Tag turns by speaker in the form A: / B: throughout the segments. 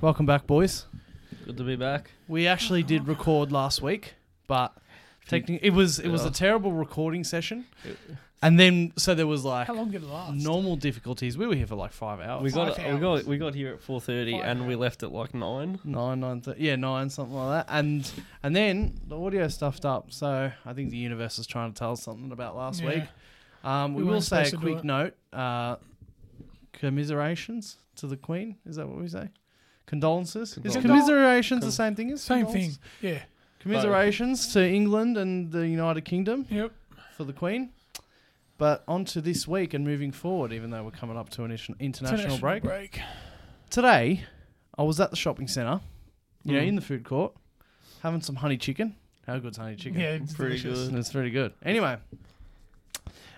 A: Welcome back, boys.
B: Good to be back.
A: We actually did record last week, but technically it was it was a
B: Yeah.
A: terrible recording session. And then so there was like
C: How long did it last?
A: normal difficulties. We were here for like five hours.
B: We got
C: Five
B: we got
C: hours.
B: we got here at four thirty
C: Five
B: and we left at like nine.
A: nine, nine, thir- yeah, nine, something like that. And and then the audio stuffed up. So I think the universe is trying to tell us something about last
C: Yeah.
A: week. Um, we,
C: We
A: will
C: weren't
A: say
C: supposed
A: a
C: to do
A: quick
C: it.
A: note. Uh, commiserations to the Queen. Is that what we say? Condolences. Is
B: Condol-
A: commiserations
B: Con-
A: the same thing as
C: Same
A: condolences?
C: thing. Yeah.
A: Commiserations to England and the United Kingdom
C: Yep.
A: for the Queen. But on to this week and moving forward, even though we're coming up to an international, international break. Today, I was at the shopping centre, you know,
B: Mm.
A: in the food court, having some honey chicken. How good's honey chicken?
C: Yeah, it's
B: Pretty
C: delicious.
B: good.
A: And it's very good. Anyway,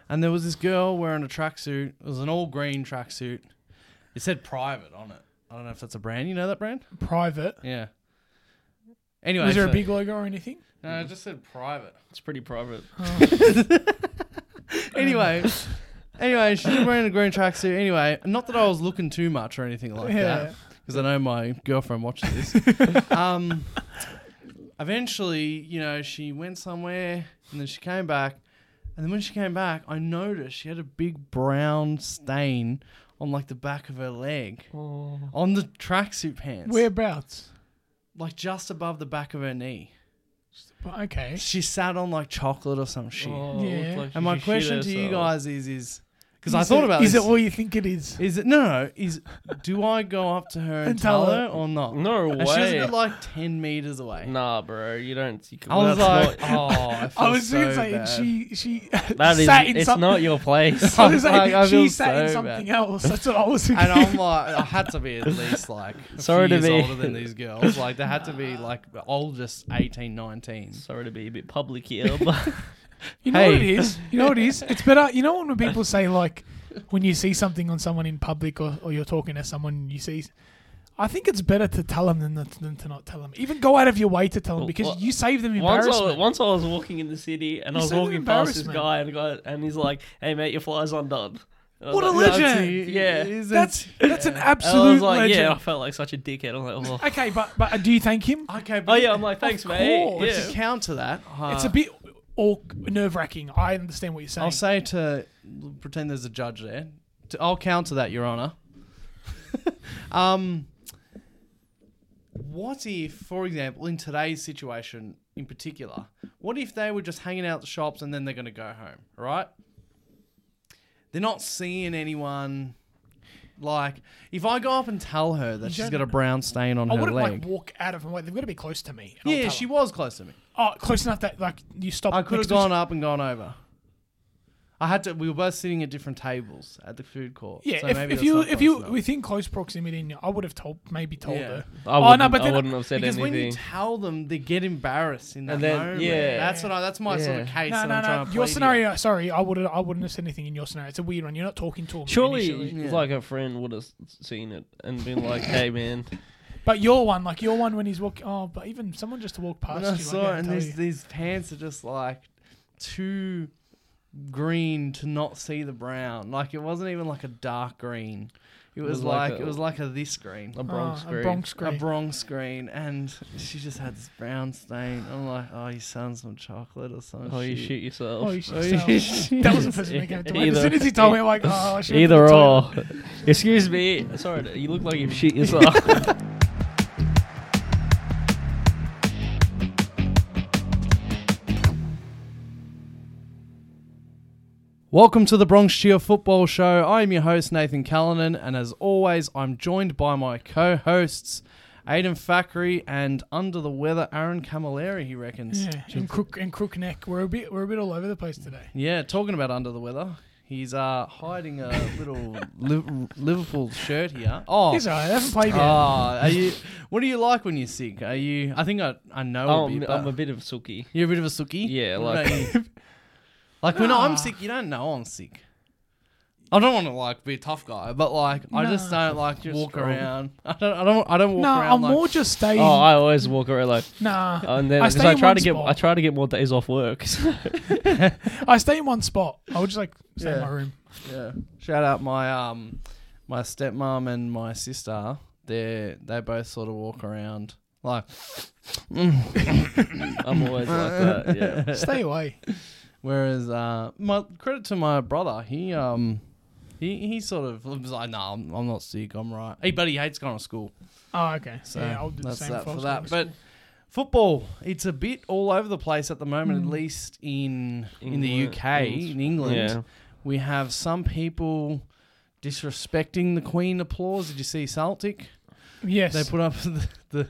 A: and there was this girl wearing a tracksuit. It was an all green tracksuit. It said private on it. I don't know if that's a brand. You know that brand?
C: Private.
A: Yeah. Anyway,
C: Was there a
A: so-
C: big logo or anything?
A: No, it just said private.
B: It's pretty private.
A: anyway, anyway, she was wearing a green tracksuit. Anyway, not that I was looking too much or anything like
C: Oh, yeah.
A: that, because I know my girlfriend watches this. um, eventually, you know, she went somewhere and then she came back, and then when she came back, I noticed she had a big brown stain on like the back of her leg
B: Oh,
A: on the tracksuit pants,
C: Whereabouts?
A: like just above the back of her knee.
C: Okay.
A: She sat on like chocolate or some shit.
B: Oh, it looked
C: Yeah.
B: like she
A: And my
B: shit
A: question to you
B: herself.
A: guys is, is because I
C: Is
A: thought
C: it-
A: about
C: Is
A: this.
C: it all you think it is?
A: Is it no? no is do I go up to her and, tell her or not?
B: No
A: And she was a
B: way.
A: bit like ten meters away.
B: nah, bro, you don't. You,
A: I was like,
B: that's not-
A: oh, I, feel
C: I was
A: so
C: gonna say
A: bad.
C: she she
B: that is.
C: sat in
B: It's
C: something.
B: not your place.
C: I was
A: I-
C: like,
A: I feel
C: she sat in
A: so
C: something
A: bad.
C: else. That's what I was thinking.
A: And I'm like, I had to be at least like a
B: Sorry
A: few
B: to
A: years
B: be-
A: older than these girls. Like they had to be like oldest 18, 19.
B: Sorry to be a bit public here, but
C: You know
A: Hey.
C: what it is? You know what it is? It's better. You know when people say like, when you see something on someone in public or, or you're talking to someone, you see. I think it's better to tell them than, not- than to not tell them. Even go out of your way to tell them
B: Well,
C: because
B: well,
C: you save them
B: once
C: embarrassment.
B: I, once I was walking in the city and I
C: You
B: was
C: said
B: walking past this
C: embarrassment.
B: guy and guy and he's like, "Hey mate, your fly's undone." And I was
C: What a
B: like,
C: legend.
B: Yeah.
A: Is it-
C: that's that's an
B: And I
C: absolute
B: was like,
C: legend.
B: "Yeah," I felt like such a dickhead. I was like, oh.
C: Okay, but but uh, do you thank him?
A: okay.
B: "Oh
A: But
B: yeah," I'm like, "Thanks, mate."
C: course.
B: Yeah.
A: To counter that, uh,
C: It's a bit all nerve wracking. I understand what you're saying.
A: I'll say to pretend there's a judge there. To, I'll counter that, Your Honour. um, what if, for example, in today's situation in particular, what if they were just hanging out at the shops and then they're going to go home, right? They're not seeing anyone. Like, if I go up and tell her that
C: You
A: she's
C: don't-
A: got a brown stain on
C: I
A: her
C: wouldn't
A: leg.
C: like walk out of my way. They've got to be close to me. and I'll
A: yeah,
C: tell
A: she
C: them.
A: was close to me.
C: Oh, close enough that like you stop.
A: I could
C: next
A: have
C: to each-
A: gone up and gone over. I had to. We were both sitting at different tables at the food court.
C: Yeah,
A: so
C: if,
A: maybe
C: if
A: that's
C: you
A: not
C: if
A: close
C: you
A: enough.
C: within close proximity, and I would have told maybe told
A: Yeah.
C: her.
B: I
C: Oh,
B: wouldn't,
C: no, but
B: I
C: then-
B: wouldn't have said
A: because
B: anything.
A: when you tell them, they get embarrassed in that
B: And then-
A: moment.
B: yeah.
A: that's what I. That's my sort of
B: Yeah.
A: case.
C: No,
A: that
C: no,
A: I'm trying to
C: no. Your
A: plead here.
C: scenario. Sorry, I would I wouldn't have said anything in your scenario. It's a weird one. You're not talking to him.
B: Surely,
C: initially.
A: Yeah.
B: like a friend would have seen it and been like, "Hey, man,
C: but your one, like your one, when he's walking. Oh, but even someone just to walk past
A: When
C: you.
A: I
C: like,
A: saw
C: yeah,
A: it, and
C: tell
A: these
C: you.
A: these pants are just like too green to not see the brown. Like it wasn't even like a dark green. It was, like, it was like a this green.
B: a Bronx
C: oh,
B: green."
C: A Bronx green.
A: a Bronx green, and she just had this brown stain. I'm like, oh, you sound some chocolate or something.
B: Oh, you shoot yourself.
C: Oh, you should
A: Oh,
C: sell.
A: you shit.
C: That was the first thing that came to mind. As
B: Either-
C: soon as he told me, I'm like, oh, I should have
B: Either
C: told
B: or. Excuse me. Sorry, you look like you've shit yourself.
A: Welcome to the Bronx Cheer Football Show. I'm your host, Nathan Callanan, and as always, I'm joined by my co hosts, Aidan Fackery and under the weather, Aaron Camilleri, he reckons.
C: Yeah, and crook and crook neck. We're a bit we're a bit all over the place today.
A: Yeah, talking about under the weather. He's uh, hiding a little Liv- Liverpool shirt here. Oh,
C: He's alright. I haven't played
A: oh,
C: yet.
A: are you? What do you like when you're sick? Are you? I think I I know a
B: I'm,
A: bit.
B: Um, I'm
A: but-
B: a bit of sookie.
A: You're a bit of a sookie.
B: Yeah,
A: What
B: like-
A: about you? like when I'm
C: Nah.
A: sick, you don't know I'm sick. I don't want to like be a tough guy, but like I just don't like
B: You're
A: walk
B: strong.
A: around. I don't. I don't. I don't walk
C: no,
A: around.
C: I'm
A: like,
C: more just staying.
B: Oh, I always walk around like,
C: nah,
B: and then
C: I
B: because
C: stay
B: I,
C: in
B: try
C: one
B: to get,
C: spot.
B: I try to get more days off work.
C: I stay in one spot. I would just like stay in
A: Yeah.
C: my room.
A: Yeah. Shout out my um my stepmom and my sister. they they both sort of walk around like mm.
B: I'm always like that. Yeah.
C: Stay away.
A: Whereas, uh, my credit to my brother, he um, he he sort of was like, "No, I'm, I'm not sick. I'm right." Hey, but he hates going to school,
C: Oh, okay.
A: so
C: yeah, I'll do the
A: that's
C: same
A: that
C: if I
A: for
C: was
A: that.
C: going
A: But
C: to
A: football, it's a bit all over the place at the moment.
C: Mm.
A: At least in in the
B: England-
A: UK,
B: England.
A: in England,
B: Yeah.
A: we have some people disrespecting the Queen applause. Did you see Celtic?
C: school. yes,
A: They put up the the,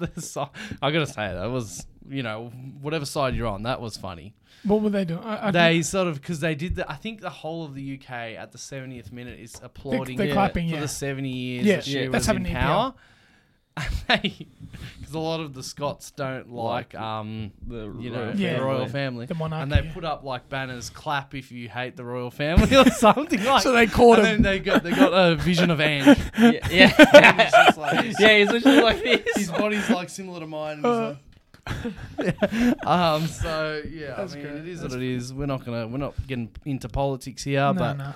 A: the, the side. I gotta say that was you know whatever side you're on, that was funny.
C: what were they doing? I, I
A: They sort of because they did. The, I think the whole of the UK at the 70th minute is applauding
C: they're
A: her
C: clapping,
A: for
C: yeah.
A: the 70 years
C: Yeah,
A: that she
B: yeah.
A: was
C: That's
A: in
C: happened in EPL.
A: power. Because a lot of the Scots don't like,
B: Like,
A: um,
B: The
A: you know,
B: royal
A: the
C: Yeah.
A: royal
B: family.
A: family,
C: The monarchy,
A: and they
C: yeah.
A: put up like banners, clap if you hate the royal family or something like.
C: so they caught
A: and then
C: him.
A: they got they got a vision of Anne.
B: Yeah.
A: And
B: Yeah.
A: he's just like this.
B: yeah, he's literally like
A: His
B: this.
A: body's like similar to mine. and he's
C: Uh.
A: like- um. So yeah,
C: That's
A: I mean,
C: great.
A: it is
C: That's
A: what it is. We're not gonna we're not getting into politics here,
C: No,
A: but
C: no.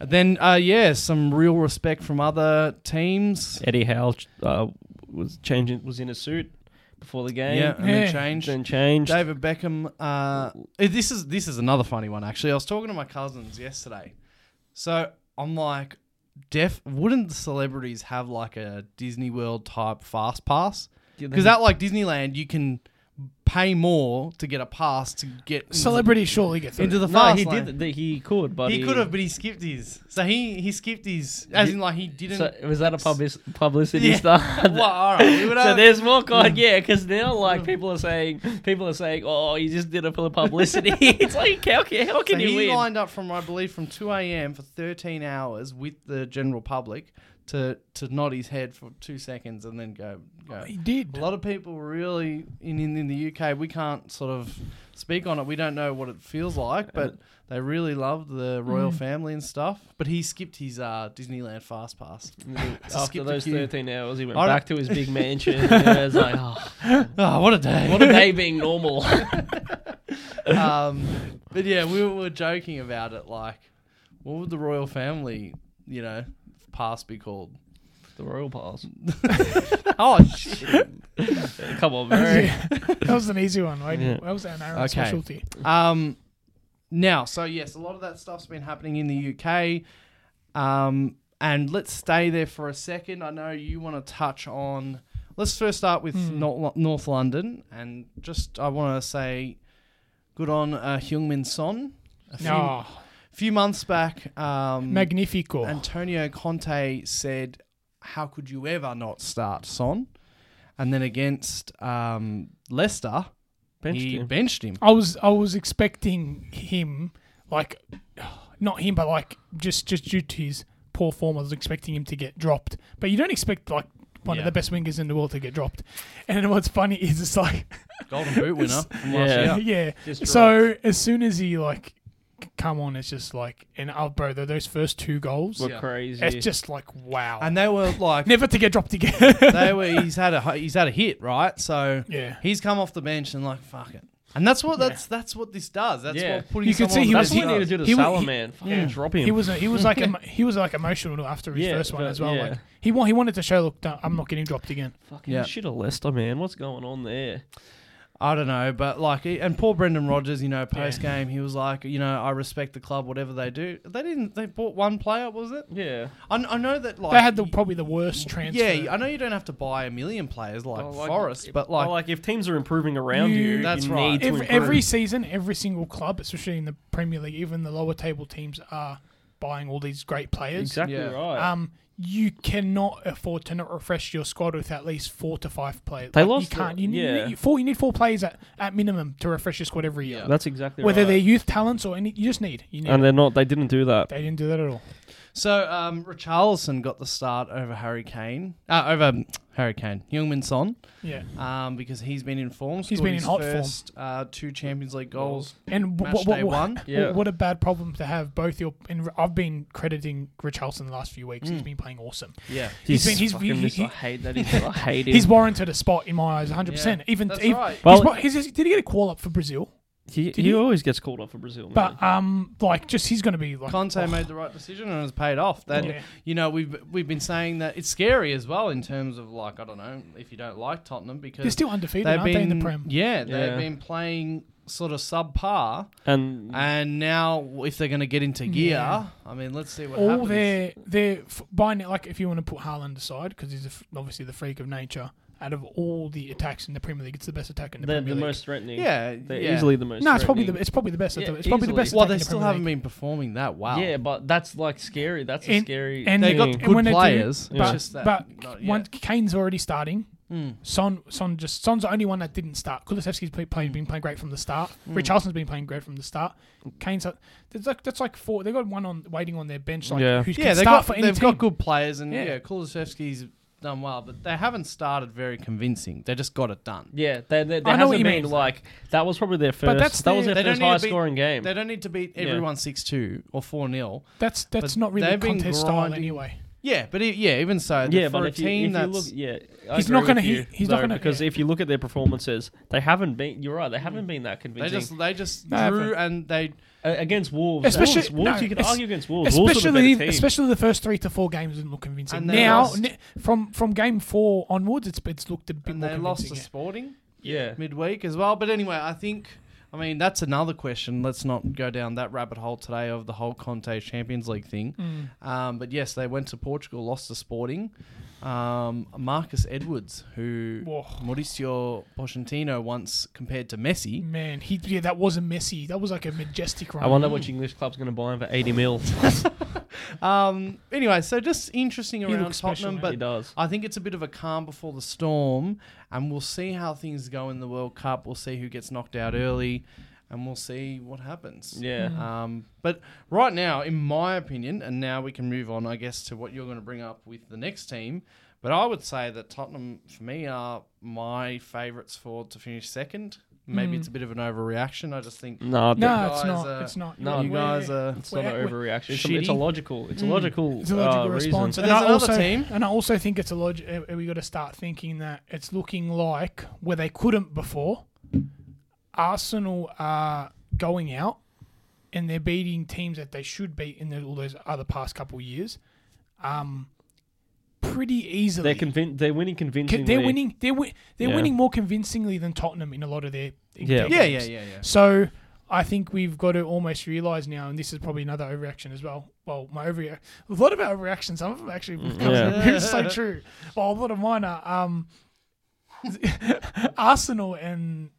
A: then uh, yeah, some real respect from other teams.
B: Eddie Howe uh, was changing was in a suit before the game.
A: Yeah, and then
C: Yeah.
A: change.
B: Then changed.
A: David Beckham. Uh, eh, this is this is another funny one actually. I was talking to my cousins yesterday, so I'm like, "Def, wouldn't the celebrities have like a Disney World type fast pass? Because at like Disneyland, you can pay more to get a pass to get into the
C: Celebrity surely gets
A: into
C: it.
A: the
B: no,
A: fast
B: he
A: lane.
B: did. th- He could, but
A: He could have, but he skipped his. So he he skipped his, as
B: Did-
A: in like he didn't.
B: So was that a publis- publicity
A: Yeah.
B: stuff?
A: well, all right. we would Mm.
B: so
A: have-
B: there's more God, yeah, because now like people are saying, people are saying, oh, you just did it for the publicity. it's like how can how
A: so
B: can
A: he
B: you win?
A: lined up from I believe from 2 a.m. for 13 hours with the general public to to nod his head for two seconds and then go go.
C: He
A: A
C: did.
A: lot of people really in, in in the UK we can't sort of speak on it. We don't know what it feels like, but they really loved the royal family and stuff. But he skipped his uh, Disneyland fast pass. skip
B: After
A: the
B: those
A: queue.
B: 13 hours, he went
A: I don't-
B: back to his big mansion. and it was like, oh,
A: Oh, what a day!
B: what a day being normal.
A: um, but yeah, we were joking about it. Like, what would the royal family, you know, pass be called?
B: the royal pass.
A: Oh shit!
B: Come on, Mary.
C: that was an easy one. Right?
B: Yeah.
C: That was our narrow
A: Okay.
C: specialty.
A: um, now, so yes, a lot of that stuff's been happening in the UK. Um, and let's stay there for a second. I know you want to touch on. Let's first start with
C: Hmm.
A: Nor- North London, and just I want to say, good on uh, Heung-Min Son. A few,
C: No,
A: few months back, um,
C: magnifico.
A: Antonio Conte said, "How could you ever not start Son?" And then against um, Leicester,
B: Benched
A: he
B: him.
A: benched him.
C: I was I was expecting him, like, not him, but like just just due to his poor form, I was expecting him to get dropped. But you don't expect like one
A: Yeah.
C: of the best wingers in the world to get dropped. And then what's funny is it's like,
A: Golden Boot winner from last
B: Yeah.
A: year.
C: yeah.
B: Just
C: So as soon as he like c- come on, it's just like, and oh, bro, tho- those first two goals,
B: We're
A: Yeah.
B: crazy.
C: it's just like wow,
A: And they were like,
C: never to get dropped again.
A: they were. He's had a he's had a hit, right? So
C: yeah.
A: he's come off the bench and like, fuck it. And that's what that's that's what this does. That's
B: Yeah.
A: what putting
C: You could
A: someone
C: see
A: on
B: That's
A: the
C: he
B: what
A: bench
B: you need
A: does.
B: to do to
C: he was-
B: Salah,
C: he-
B: man. Fucking
A: Yeah.
B: drop him.
C: He was he was like emo- he was like emotional after his
B: Yeah,
C: first one
B: but-
C: as well.
B: yeah.
C: Like he want, he wanted to show look don't- I'm not getting dropped again.
B: fucking
A: Yeah.
B: shit, a Leicester man. What's going on there?
A: I don't know, but like, he- and poor Brendan Rodgers, you know, post game, he was like, you know, I respect the club, whatever they do. They didn't. They bought one player, was it?
B: Yeah.
A: I, I know that like
C: They had the, probably the worst transfer. Oh,
A: Yeah, I know you don't have to buy a million players like,
B: Well,
A: Forrest, but
B: well,
A: like,
B: if teams are improving around
C: You-
B: you,
A: That's
B: you
A: right.
B: need to
C: Ev-
B: improve.
C: every season, every single club, especially in the Premier League, even the lower table teams are buying all these great players.
B: exactly
A: Yeah.
B: right.
C: Um, you cannot afford to not refresh your squad with at least four to five players.
B: They
C: Like,
B: lost
C: You can't.
B: the-
C: You, need-
B: yeah.
C: you- four. You need four players at, at minimum to refresh your squad every year.
A: Yeah.
B: That's exactly
C: Um, Whether
B: right.
C: they're youth talents or any, you just need. You need.
B: and they're not. They didn't do that.
C: they didn't do that at all.
A: so um, Richarlison got the start over Harry Kane, uh, over um, Harry Kane, Heung-Min Son,
C: Yeah.
A: um, because he's been in form.
C: He's
A: scored
C: been in
A: his
C: hot form.
A: first, Uh, two Champions League goals.
C: And
A: Match
C: what,
A: day
C: what,
A: one.
B: Yeah.
C: What a bad problem to have. Both your and I've been crediting Richarlison the last few weeks.
B: Hmm.
C: He's been playing awesome.
A: Yeah,
C: He's been- he's-
B: fucking
C: he-
B: missed-
C: he-
B: I hate that. He's, I hate him.
C: He's warranted a spot in my eyes, 100. percent
A: Yeah,
C: Even
A: that's
C: even-
A: right.
C: he's
B: Well-
C: wa- he's, he's- did he get a call up for Brazil?
B: He,
C: Did
B: he,
C: he-
B: always gets called off for Brazil. man.
C: But um, like, just he's going to be like. oh,
A: Conte made the right decision and it's paid off. That
C: Yeah.
A: you know we've we've been saying that it's scary as well in terms of like I don't know if you don't like Tottenham
C: They're
A: because
C: still undefeated, aren't they, in the Prem?
A: yeah they've
B: Yeah.
A: been playing sort of subpar
C: Ah,
B: and
A: and now if they're going to get into gear
C: Yeah.
A: I mean let's see what
C: All
A: happens.
C: their their f- by now, like if you want to put Haaland aside because he's a f obviously the freak of nature. Out of all the attacks in the Premier League, it's the best attack in the
B: they're
C: Premier
B: the
C: League.
B: most threatening.
A: yeah
B: They're
A: yeah.
B: easily the most.
C: no, it's probably the
B: threatening.
C: it's probably the best. atta-
B: Yeah,
C: it's probably the
B: easily.
C: best.
A: well
C: attack in
A: they
C: the
A: still
C: Premier
A: haven't
C: League.
A: been performing that well
B: Yeah, but that's like scary. That's a
C: And-
B: scary.
C: and-
A: they got
B: thing.
A: good
C: when they do,
A: players
C: but-
A: it's just that
C: but
A: not yet.
C: One, Kane's already starting.
A: Mm.
C: Son, Son just Son's the only one that didn't start. Kulusevski's play, played,
A: Hmm.
C: been playing great from the start. Richardson's been playing great from the start. Kane's that's like that's like four. They got one on waiting on their bench. Like
B: Yeah.
C: who can
A: yeah, they've,
C: start
A: got,
C: for any
A: they've
C: team.
A: got good players, and yeah,
C: Yeah.
A: Kulusevski's done well, but they haven't started very convincing. They just got it done.
B: yeah, they, they, there
C: I know what
B: hasn't
C: you
B: been
C: mean.
B: like that was probably their first.
C: that's
B: that was
C: their-
B: their
A: They don't
B: first
A: need to
B: high
A: be-
B: scoring game.
A: They don't need to beat
B: Yeah.
A: everyone six two or four 0
C: That's that's
A: but
C: not really
A: they've been
C: contest style
A: grinding.
C: anyway.
A: Yeah, but e yeah, even
C: Uh,
A: so,
B: yeah,
A: for
B: but
A: a
B: if you,
A: team
B: if you
A: that's
B: look, yeah, I
C: He's
B: agree
C: not
B: with
C: gonna-
B: you,
C: he- he's not
B: though,
C: gonna-
B: because
C: yeah.
B: if you look at their performances, they haven't been. You're right, they haven't been that
A: they
B: convincing.
A: just they just
C: No, I
A: drew and they
B: A- against Wolves,
C: Especially-
B: Wolves, Wolves
C: no,
B: you could
C: es-
B: argue against Wolves. Wolves are the
C: Especially
B: better team.
C: especially the first three to four games didn't look convincing.
A: And they
C: Now
A: lost.
C: ne- from from game four onwards, it's it's looked a bit
A: and
C: more
A: they lost
C: convincing.
A: to
C: yeah.
A: Sporting
B: yeah,
A: midweek as well. But anyway, I think. I mean that's another question. Let's not go down that rabbit hole today of the whole Conte Champions League thing.
C: Mm.
A: Um, but yes, they went to Portugal, lost to Sporting. Um, Marcus Edwards, who
C: Mm. Whoa.
A: Mauricio Pochettino once compared to Messi.
C: Man, he yeah, that was a messy. That was like a majestic run.
B: I wonder which English club's going to buy him for 80 mil.
A: Um, anyway, so just interesting
C: He
A: around
C: looks special,
A: Tottenham,
C: mate.
B: he
A: but
B: does.
A: I think it's a bit of a calm before the storm, and we'll see how things go in the World Cup. We'll see who gets knocked out early, and we'll see what happens.
B: Yeah.
A: Um, but right now, in my opinion, and now we can move on, I guess, to what you're going to bring up with the next team. But I would say that Tottenham, for me, are my favourites for to finish second. Maybe
C: Mm.
A: it's a bit of an overreaction. I just think
B: No, I think
C: no, it's
A: guys
C: not.
A: are-
C: it's not.
B: No,
A: you guys are.
B: it's not an
C: We're- we're-
B: overreaction. It's a, it's a
A: Shitty.
B: logical. It's a
C: Mm.
B: logical.
C: It's a logical
B: uh,
C: response.
B: Reason.
A: But there's
C: I
A: another
C: also,
A: team.
C: And I also think it's a log- uh, we got to start thinking that it's looking like where they couldn't before. Arsenal are going out and they're beating teams that they should beat in the, all those other past couple of years, um, pretty easily.
B: They're convin- They're winning
C: Ca-
B: convincingly.
C: they're winning. They're wi- they're
B: Yeah.
C: winning more convincingly than Tottenham in a lot of their
B: Yeah.
C: their
A: Yeah, yeah,
C: games.
A: yeah, yeah.
C: So I think we've got to almost realise now, and this is probably another overreaction as well. Well, my overreaction, a lot of our overreactions, some of them actually
B: Mm, yeah.
C: it's so true. Well, a lot of mine are um, Arsenal and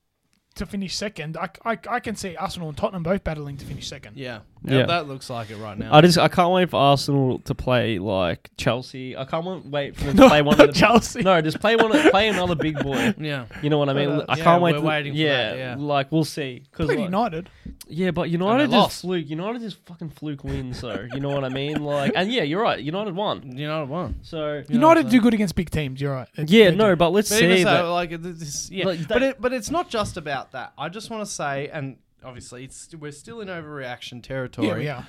C: to finish second. I, I, I can see Arsenal and Tottenham both battling to finish second.
A: Yeah.
B: Yeah.
A: That looks like it right now.
B: I just I can't wait for Arsenal to play like Chelsea. I can't wa- wait for them to
C: No,
B: play one
C: not
B: of the
C: Chelsea.
B: No, just play one of- play another big boy.
A: yeah.
B: You know what I mean?
A: But, uh,
B: I
A: yeah,
B: can't wait.
A: we're
B: to-
A: waiting for
B: yeah,
A: that, yeah.
B: like we'll see. 'Cause,
C: Played
B: like-
C: United.
B: yeah, but
A: they
B: United
A: lost.
B: just fluke. United just fucking fluke wins, though. You know what I mean? Like, and yeah, you're right. United won.
A: You know what?
B: So
A: You know what
C: United
A: I'm
C: do good against big teams. You're right. They-
B: yeah,
C: they
B: no,
C: do.
B: but let's
A: But
B: see.
A: even
B: that-
A: so, like, th- this, yeah.
B: Like,
A: but
B: that-
A: it, but it's not just about that. I just want to say, and obviously, it's we're still in overreaction territory.
C: Yeah, we are.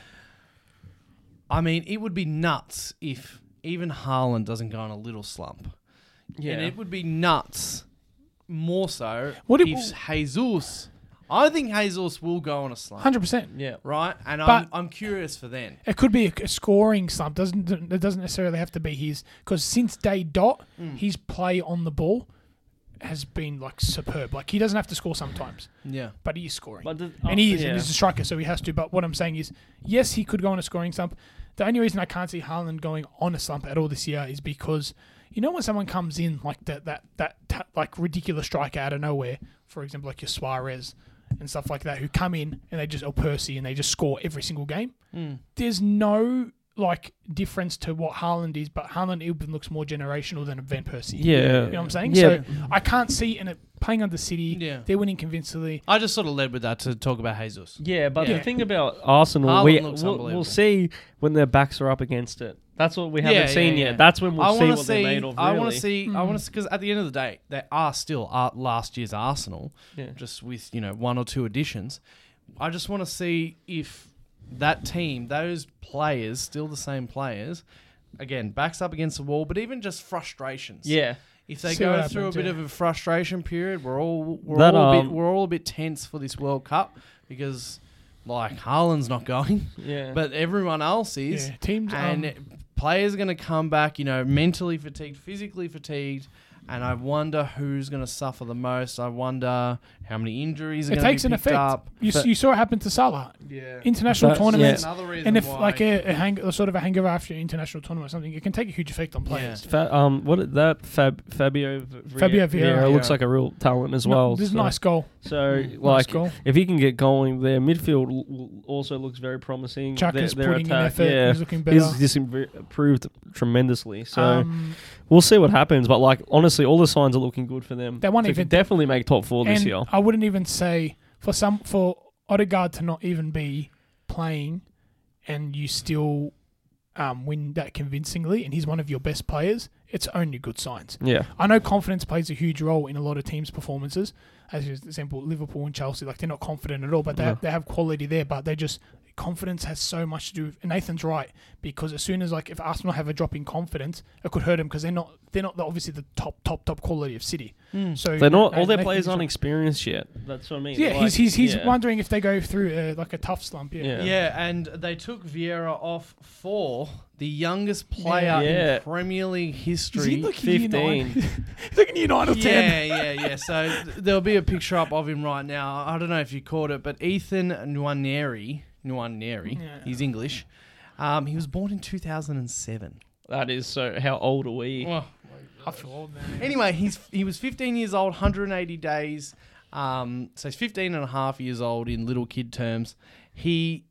A: I mean, it would be nuts if even Haaland doesn't go on a little slump.
B: yeah.
A: And it would be nuts, more so,
C: What
A: if
C: it-
A: Jesus. I think Jesus will go on a slump,
C: Hundred percent.
B: yeah.
A: right? And I'm,
C: But-
A: I'm curious for then.
C: It could be a, a scoring slump. Doesn't it doesn't necessarily have to be his because since day dot, his play on the ball has been like superb. Like he doesn't have to score sometimes,
A: Yeah.
C: but he is scoring,
B: But the-
A: Oh,
B: oh,
C: and he is,
B: yeah.
C: and he's a striker, so he has to. But what I'm saying is, yes, he could go on a scoring slump. The only reason I can't see Haaland going on a slump at all this year is because you know when someone comes in like that that that ta- like ridiculous striker out of nowhere, for example, like your Suarez and stuff like that, who come in and they just or Percy and they just score every single game
A: Hmm.
C: there's no like difference to what Haaland is, but Haaland even looks more generational than Van Persie.
B: Yeah.
C: You know what I'm saying?
B: Yeah.
C: So I can't see in it playing under City,
A: Yeah.
C: they're winning convincingly.
A: I just sort of led with that to talk about Jesus.
B: Yeah, but
C: Yeah.
B: the thing about Arsenal,
A: Haaland
B: we,
A: looks
B: we'll,
A: unbelievable.
B: we'll see when their backs are up against it. That's what we haven't
A: Yeah,
B: seen
A: yeah, yeah.
B: yet. That's when we'll
A: I
B: see
A: want
B: what
A: to
B: they're
A: see.
B: made of.
A: I want
B: really.
A: to see. I
C: Hmm.
A: want to because at the end of the day, they are still uh, last year's Arsenal,
B: Yeah.
A: just with you know one or two additions. I just want to see if that team, those players, still the same players, again backs up against the wall, but even just frustrations.
B: Yeah,
A: if they
C: See
A: go
C: what
A: through
C: happens,
A: a bit
C: yeah.
A: of a frustration period, we're all we're
B: That,
A: all a bit
B: um,
A: we're all a bit tense for this World Cup because like Haaland's not going,
B: Yeah.
A: but everyone else is,
C: Yeah, teams
A: and
C: um,
A: players are going to come back, you know, mentally fatigued, physically fatigued. And I wonder who's going to suffer the most. I wonder how many injuries are
C: it
A: going to be
C: takes
A: picked
C: an effect.
A: up.
C: You,
A: But-
C: you saw it happen to Salah.
A: yeah.
C: International
B: That's-
C: tournaments,
A: Another reason
C: and if
A: why-
C: like a, a, hang, a sort of a hangover after an international tournament or something, it can take a huge effect on players.
B: Fa- um, what is that Fab Fabio v-
C: Fabio Vieira.
B: looks like a real talent as well.
C: No, this is
B: so,
C: a nice goal.
B: So
A: Mm,
B: like,
C: nice goal.
B: if he can get going, their midfield l- l- also looks very promising.
C: Chaka's
B: their, their
C: putting
B: attack,
C: in effort.
B: yeah,
C: He's looking better.
B: He's just im- improved tremendously. So
C: um,
B: we'll see what happens. But like honestly, all the signs are looking good for them.
C: They won't
B: to
C: even-
B: definitely make top four this
C: and
B: year.
C: I wouldn't even say for some for Odegaard to not even be playing, and you still um, win that convincingly, and he's one of your best players. It's only good signs.
B: Yeah,
C: I know confidence plays a huge role in a lot of teams' performances. As an example, Liverpool and Chelsea, like they're not confident at all, but they,
B: No.
C: they have quality there. But they just confidence has so much to do. And Nathan's right because as soon as like if Arsenal have a drop in confidence, it could hurt them because they're not they're not the- obviously the top top top quality of City.
B: Hmm.
C: So
B: they're not.
C: no,
B: All their
C: Nathan's
B: players aren't
C: right.
B: experienced yet. That's what I mean.
C: Yeah,
B: Like,
C: he's he's, he's
B: yeah.
C: wondering if they go through uh, like a tough slump. Yeah.
B: Yeah.
A: Yeah, and they took Vieira off for the youngest player
B: Yeah.
A: in Premier League history.
C: Is he like in year nine?
B: 15.
C: He's like in year nine or ten.
A: yeah, yeah, yeah. So th- there'll be a picture up of him right now. I don't know if you caught it, but Ethan Nwaneri, Nwaneri,
C: Yeah.
A: he's English. Um, he was born in 2007.
B: That is so. How old are we?
C: I feel old now.
A: Anyway, he's he was 15 years old, 180 days. Um, so he's 15 and a half years old in little kid terms. He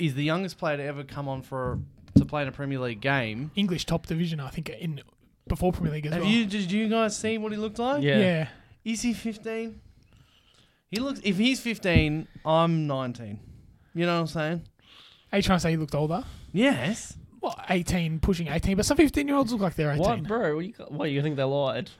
A: is the youngest player to ever come on for to play in a Premier League game.
C: English top division, I think in before Premier League as
A: Have
C: well.
A: you did you guys see what he looked like?
B: Yeah.
C: yeah.
A: Is he 15? He looks if he's 15, I'm 19. You know what I'm saying?
C: Are you trying to say he looked older?
A: Yes.
C: Well, 18, pushing 18, but some 15 year olds look like they're 18.
B: What, bro? What, you, what you think they lied?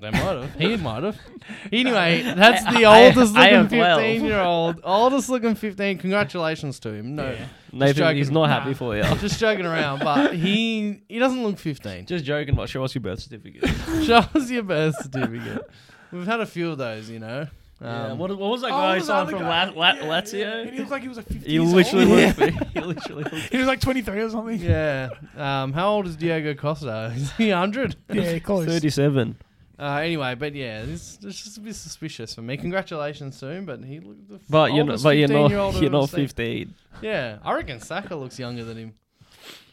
A: They might have. he might have. Anyway, that's the
B: I-
A: oldest
B: I am
A: looking
B: 12.
A: 15 year old. Oldest looking 15. Congratulations to him. No.
B: Nathan, he's
A: joking.
B: not
C: Nah.
B: happy for you.
A: Just joking around, but he he doesn't look 15.
B: Just joking, but show us your birth certificate.
A: Show us your birth certificate. We've had a few of those, you know. Um,
B: yeah. what, what was that
C: Oh,
B: guy
C: what
B: who
C: was
B: signed
C: the
B: from
C: guy?
B: La- La-
C: Yeah, yeah. And he
B: Lazio?
C: looked like he was like 50
B: He
C: years
B: literally,
C: old.
B: looked, he literally looked.
C: He was like 23 or something. Yeah,
A: yeah. Um, how old is Diego Costa? Is he 100?
C: close.
B: 37.
A: Uh, anyway, but yeah, this, this is a bit suspicious for me. Congratulations soon, but he looked the
B: But you're not.
A: oldest
B: But you're
A: 15-year-old
B: not.
A: I've
B: You're
A: ever
B: not
A: seen.
B: 15.
A: Yeah, I reckon Saka looks younger than him.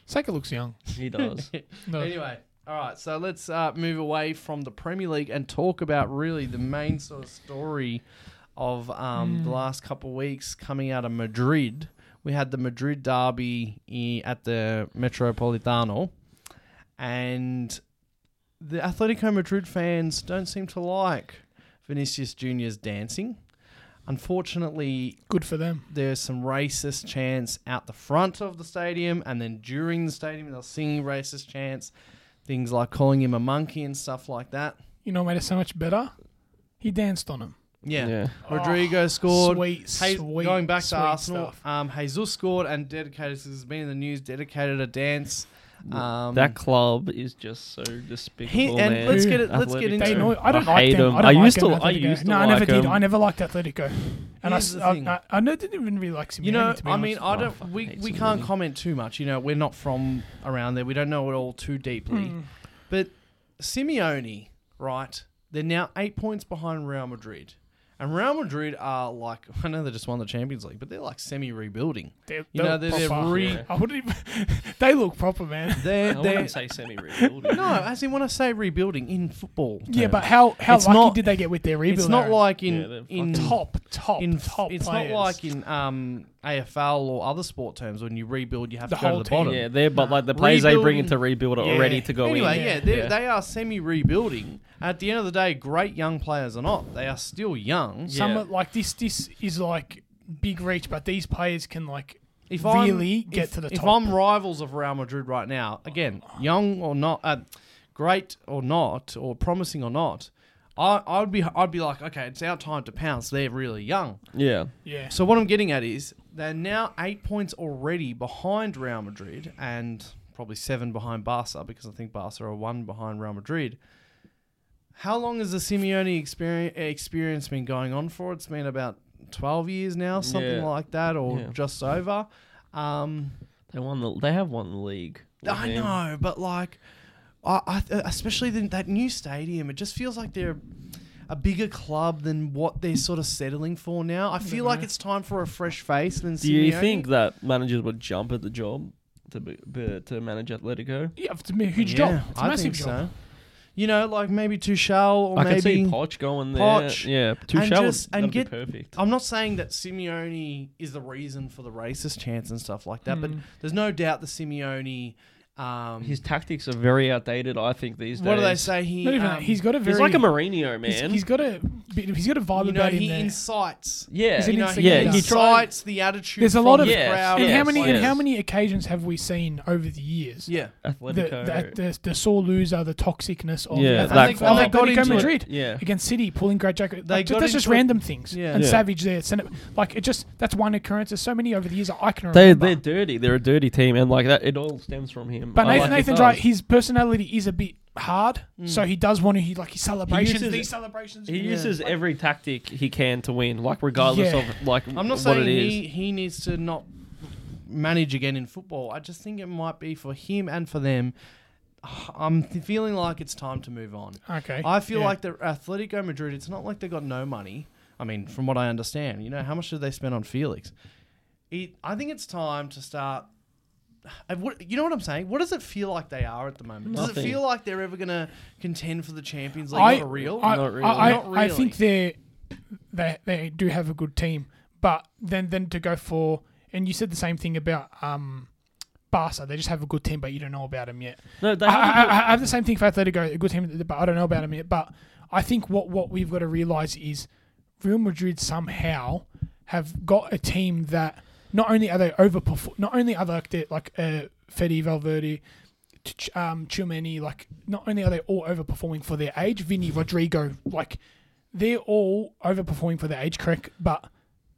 C: Saka looks young.
B: He does.
C: No.
A: Anyway, all right, so let's uh, move away from the Premier League and talk about really the main sort of story of um, the last couple of weeks coming out of Madrid. We had the Madrid derby i- at the Metropolitano, and the Atletico Madrid fans don't seem to like Vinicius Junior's dancing. Unfortunately,
C: Good for them.
A: there's some racist chants out the front of the stadium and then during the stadium they'll sing racist chants things like calling him a monkey and stuff like that
C: You know what made it so much better? He danced on him.
A: yeah, Oh,
B: Yeah.
A: rodrigo scored
C: Sweet,
A: Hey-
C: sweet.
A: going back
C: sweet
A: to arsenal
C: Stuff.
A: um, jesus scored and dedicated has been in the news dedicated a dance um,
B: That club is just so despicable,
A: he, and
B: man.
A: let's get it, let's
B: Athletic
A: get
C: They
A: into
C: know,
A: it.
C: I don't
B: I
C: like
B: hate
C: them.
B: 'em.
C: I, don't
B: I
C: like
B: used
C: them
B: to-
C: at
B: I
C: Atletico.
B: used to
C: No, I never
B: like
C: did.
B: 'em.
C: I never liked Atletico. And I,
A: Here's
C: s-
A: the
C: I-
A: thing.
C: I, I know didn't even really like Simeone.
A: you know
C: to be
A: i
C: honest.
A: mean i
B: Oh,
A: don't
B: fuck, I
A: we,
B: hate
A: we
B: Simeone.
A: can't comment too much you know we're not from around there we don't know it all too deeply
C: Mm.
A: But Simeone, right? They're now eight points behind Real Madrid. And Real Madrid are like, I know they just won the Champions League, but they're like semi rebuilding.
C: They're,
A: You know, they're, they're
C: proper.
A: re.
B: Yeah.
C: I wouldn't even. they look proper, man.
A: They're,
B: I
A: they're,
B: wouldn't say semi-rebuilding.
A: no, as in when I say rebuilding in football,
C: Yeah, but how how
A: It's
C: lucky
A: not-
C: did they get with their rebuild?
A: it's not
C: Aaron?
A: like
B: Yeah,
A: in.
B: they're
A: in
B: fucking-
C: top top
A: in,
C: top.
A: it's
C: players.
A: not like in um, AFL or other sport terms when you rebuild, you have
C: The
A: to go to
C: whole
A: the
C: team.
A: bottom.
B: Yeah, they're but like the players they bring in
A: Rebuilding-
B: to rebuild are
C: Yeah.
B: ready to go
A: anyway,
B: in.
A: yeah, they they are semi rebuilding. At the end of the day, great young players are not. They are still young.
B: Yeah.
C: some are- like this. This is like big reach, but these players can like
A: if
C: really
A: I'm,
C: get
A: if,
C: to the
A: if
C: top.
A: I'm rivals of Real Madrid right now, again, young or not, uh, great or not, or promising or not, I, I'd be I'd be like, okay, it's our time to pounce. They're really young.
B: yeah.
C: yeah.
A: So what I'm getting at is they're now eight points already behind Real Madrid and probably seven behind Barca because I think Barca are one behind Real Madrid. How long has the Simeone experience, experience been going on for? It's been about 12 years now, something
B: Yeah.
A: like that, or
B: Yeah.
A: just over. Um,
B: They won the. They have won the league.
A: I know, but like, I, I especially the, that new stadium, it just feels like they're a bigger club than what they're sort of settling for now. I feel like
C: know.
A: it's time for a fresh face. Than
B: Do you
A: Simeone.
B: think that managers would jump at the job to be, be, to manage Atletico?
C: Yeah, it's a ma- huge
A: Yeah,
C: job. It's a
A: I
C: massive
A: think
C: job.
A: so. You know, like maybe Tuchel or
B: I
A: maybe
B: could see Poch going there.
A: Poch.
B: Yeah,
A: And
B: Tuchel
A: just- and
B: would that'd be
A: get-
B: perfect.
A: I'm not saying that Simeone is the reason for the racist chants and stuff like that, but
C: Mm.
A: there's no doubt the Simeone. Um,
B: His tactics are very outdated. I think these days.
A: what do they say? He
C: Not even
A: um,
C: that. He's got a very.
B: He's like a Mourinho
C: he's-
B: man.
C: he's got a. bit- He's got a vibe
A: you know
C: about
A: he
C: him there.
A: incites.
B: yeah,
C: he's
A: You
C: an
A: know, he
C: instigator.
B: Yeah, he
A: incites the attitude.
C: There's a
A: from
C: lot
A: the
C: of-
B: Yes,
A: crowd.
C: and
B: yes,
C: how many and
B: yes.
C: how many occasions have we seen over the years?
A: Yeah,
C: The,
B: Atletico.
C: the, the, the sore loser, the toxicness of
B: Yeah,
C: Atletico,
B: that club.
A: They got
C: Atletico
A: into it.
C: Madrid
B: Yeah.
C: against City, pulling great jacket.
A: They
C: Like,
A: got
C: just, that's just
A: into it.
C: random things.
A: Yeah.
C: And
B: Yeah.
C: Savage there, send it, like it just that's one occurrence. There's so many over the years that I can
B: They
C: remember.
B: they're dirty. They're a dirty team, and like that, it all stems from him.
C: But
B: I
C: Nathan,
B: like it
C: Nathan's
B: does.
C: right. His personality is a bit hard,
A: Mm.
C: so he does want to. He like his celebrations,
B: uses-
C: these celebrations.
B: He
A: Yeah.
B: uses every tactic he can to win, like regardless
C: Yeah.
B: of like
A: I'm not
B: what
A: saying
B: it is.
A: he, he needs to not manage again in football. I just think it might be for him and for them. I'm feeling like it's time to move on.
C: okay,
A: I feel
C: yeah.
A: like the Atletico Madrid. It's not like they got no money. I mean, from what I understand, you know, how much did they spend on Felix? It, I think it's time to start. I would- You know what I'm saying? What does it feel like they are at the moment? Does
B: Nothing.
A: it feel like they're ever going to contend for the Champions League
C: I,
A: for real?
C: I,
B: Not really.
C: I, I,
A: Not
C: I
A: really.
C: think they they they do have a good team, but then then to go for and you said the same thing about um. Barca, they just have a good team, but you don't know about them yet.
B: No, they
C: I,
B: have
C: I, I- I have the same thing for Atletico, a good team, but I don't know about them yet. But I think what, what we've got to realise is Real Madrid somehow have got a team that not only are they overperform, not only are they like, they're like uh, Fede Valverde, Ch- um, Chumeni, like not only are they all overperforming for their age, Vinny Rodrigo, like they're all overperforming for their age, correct? But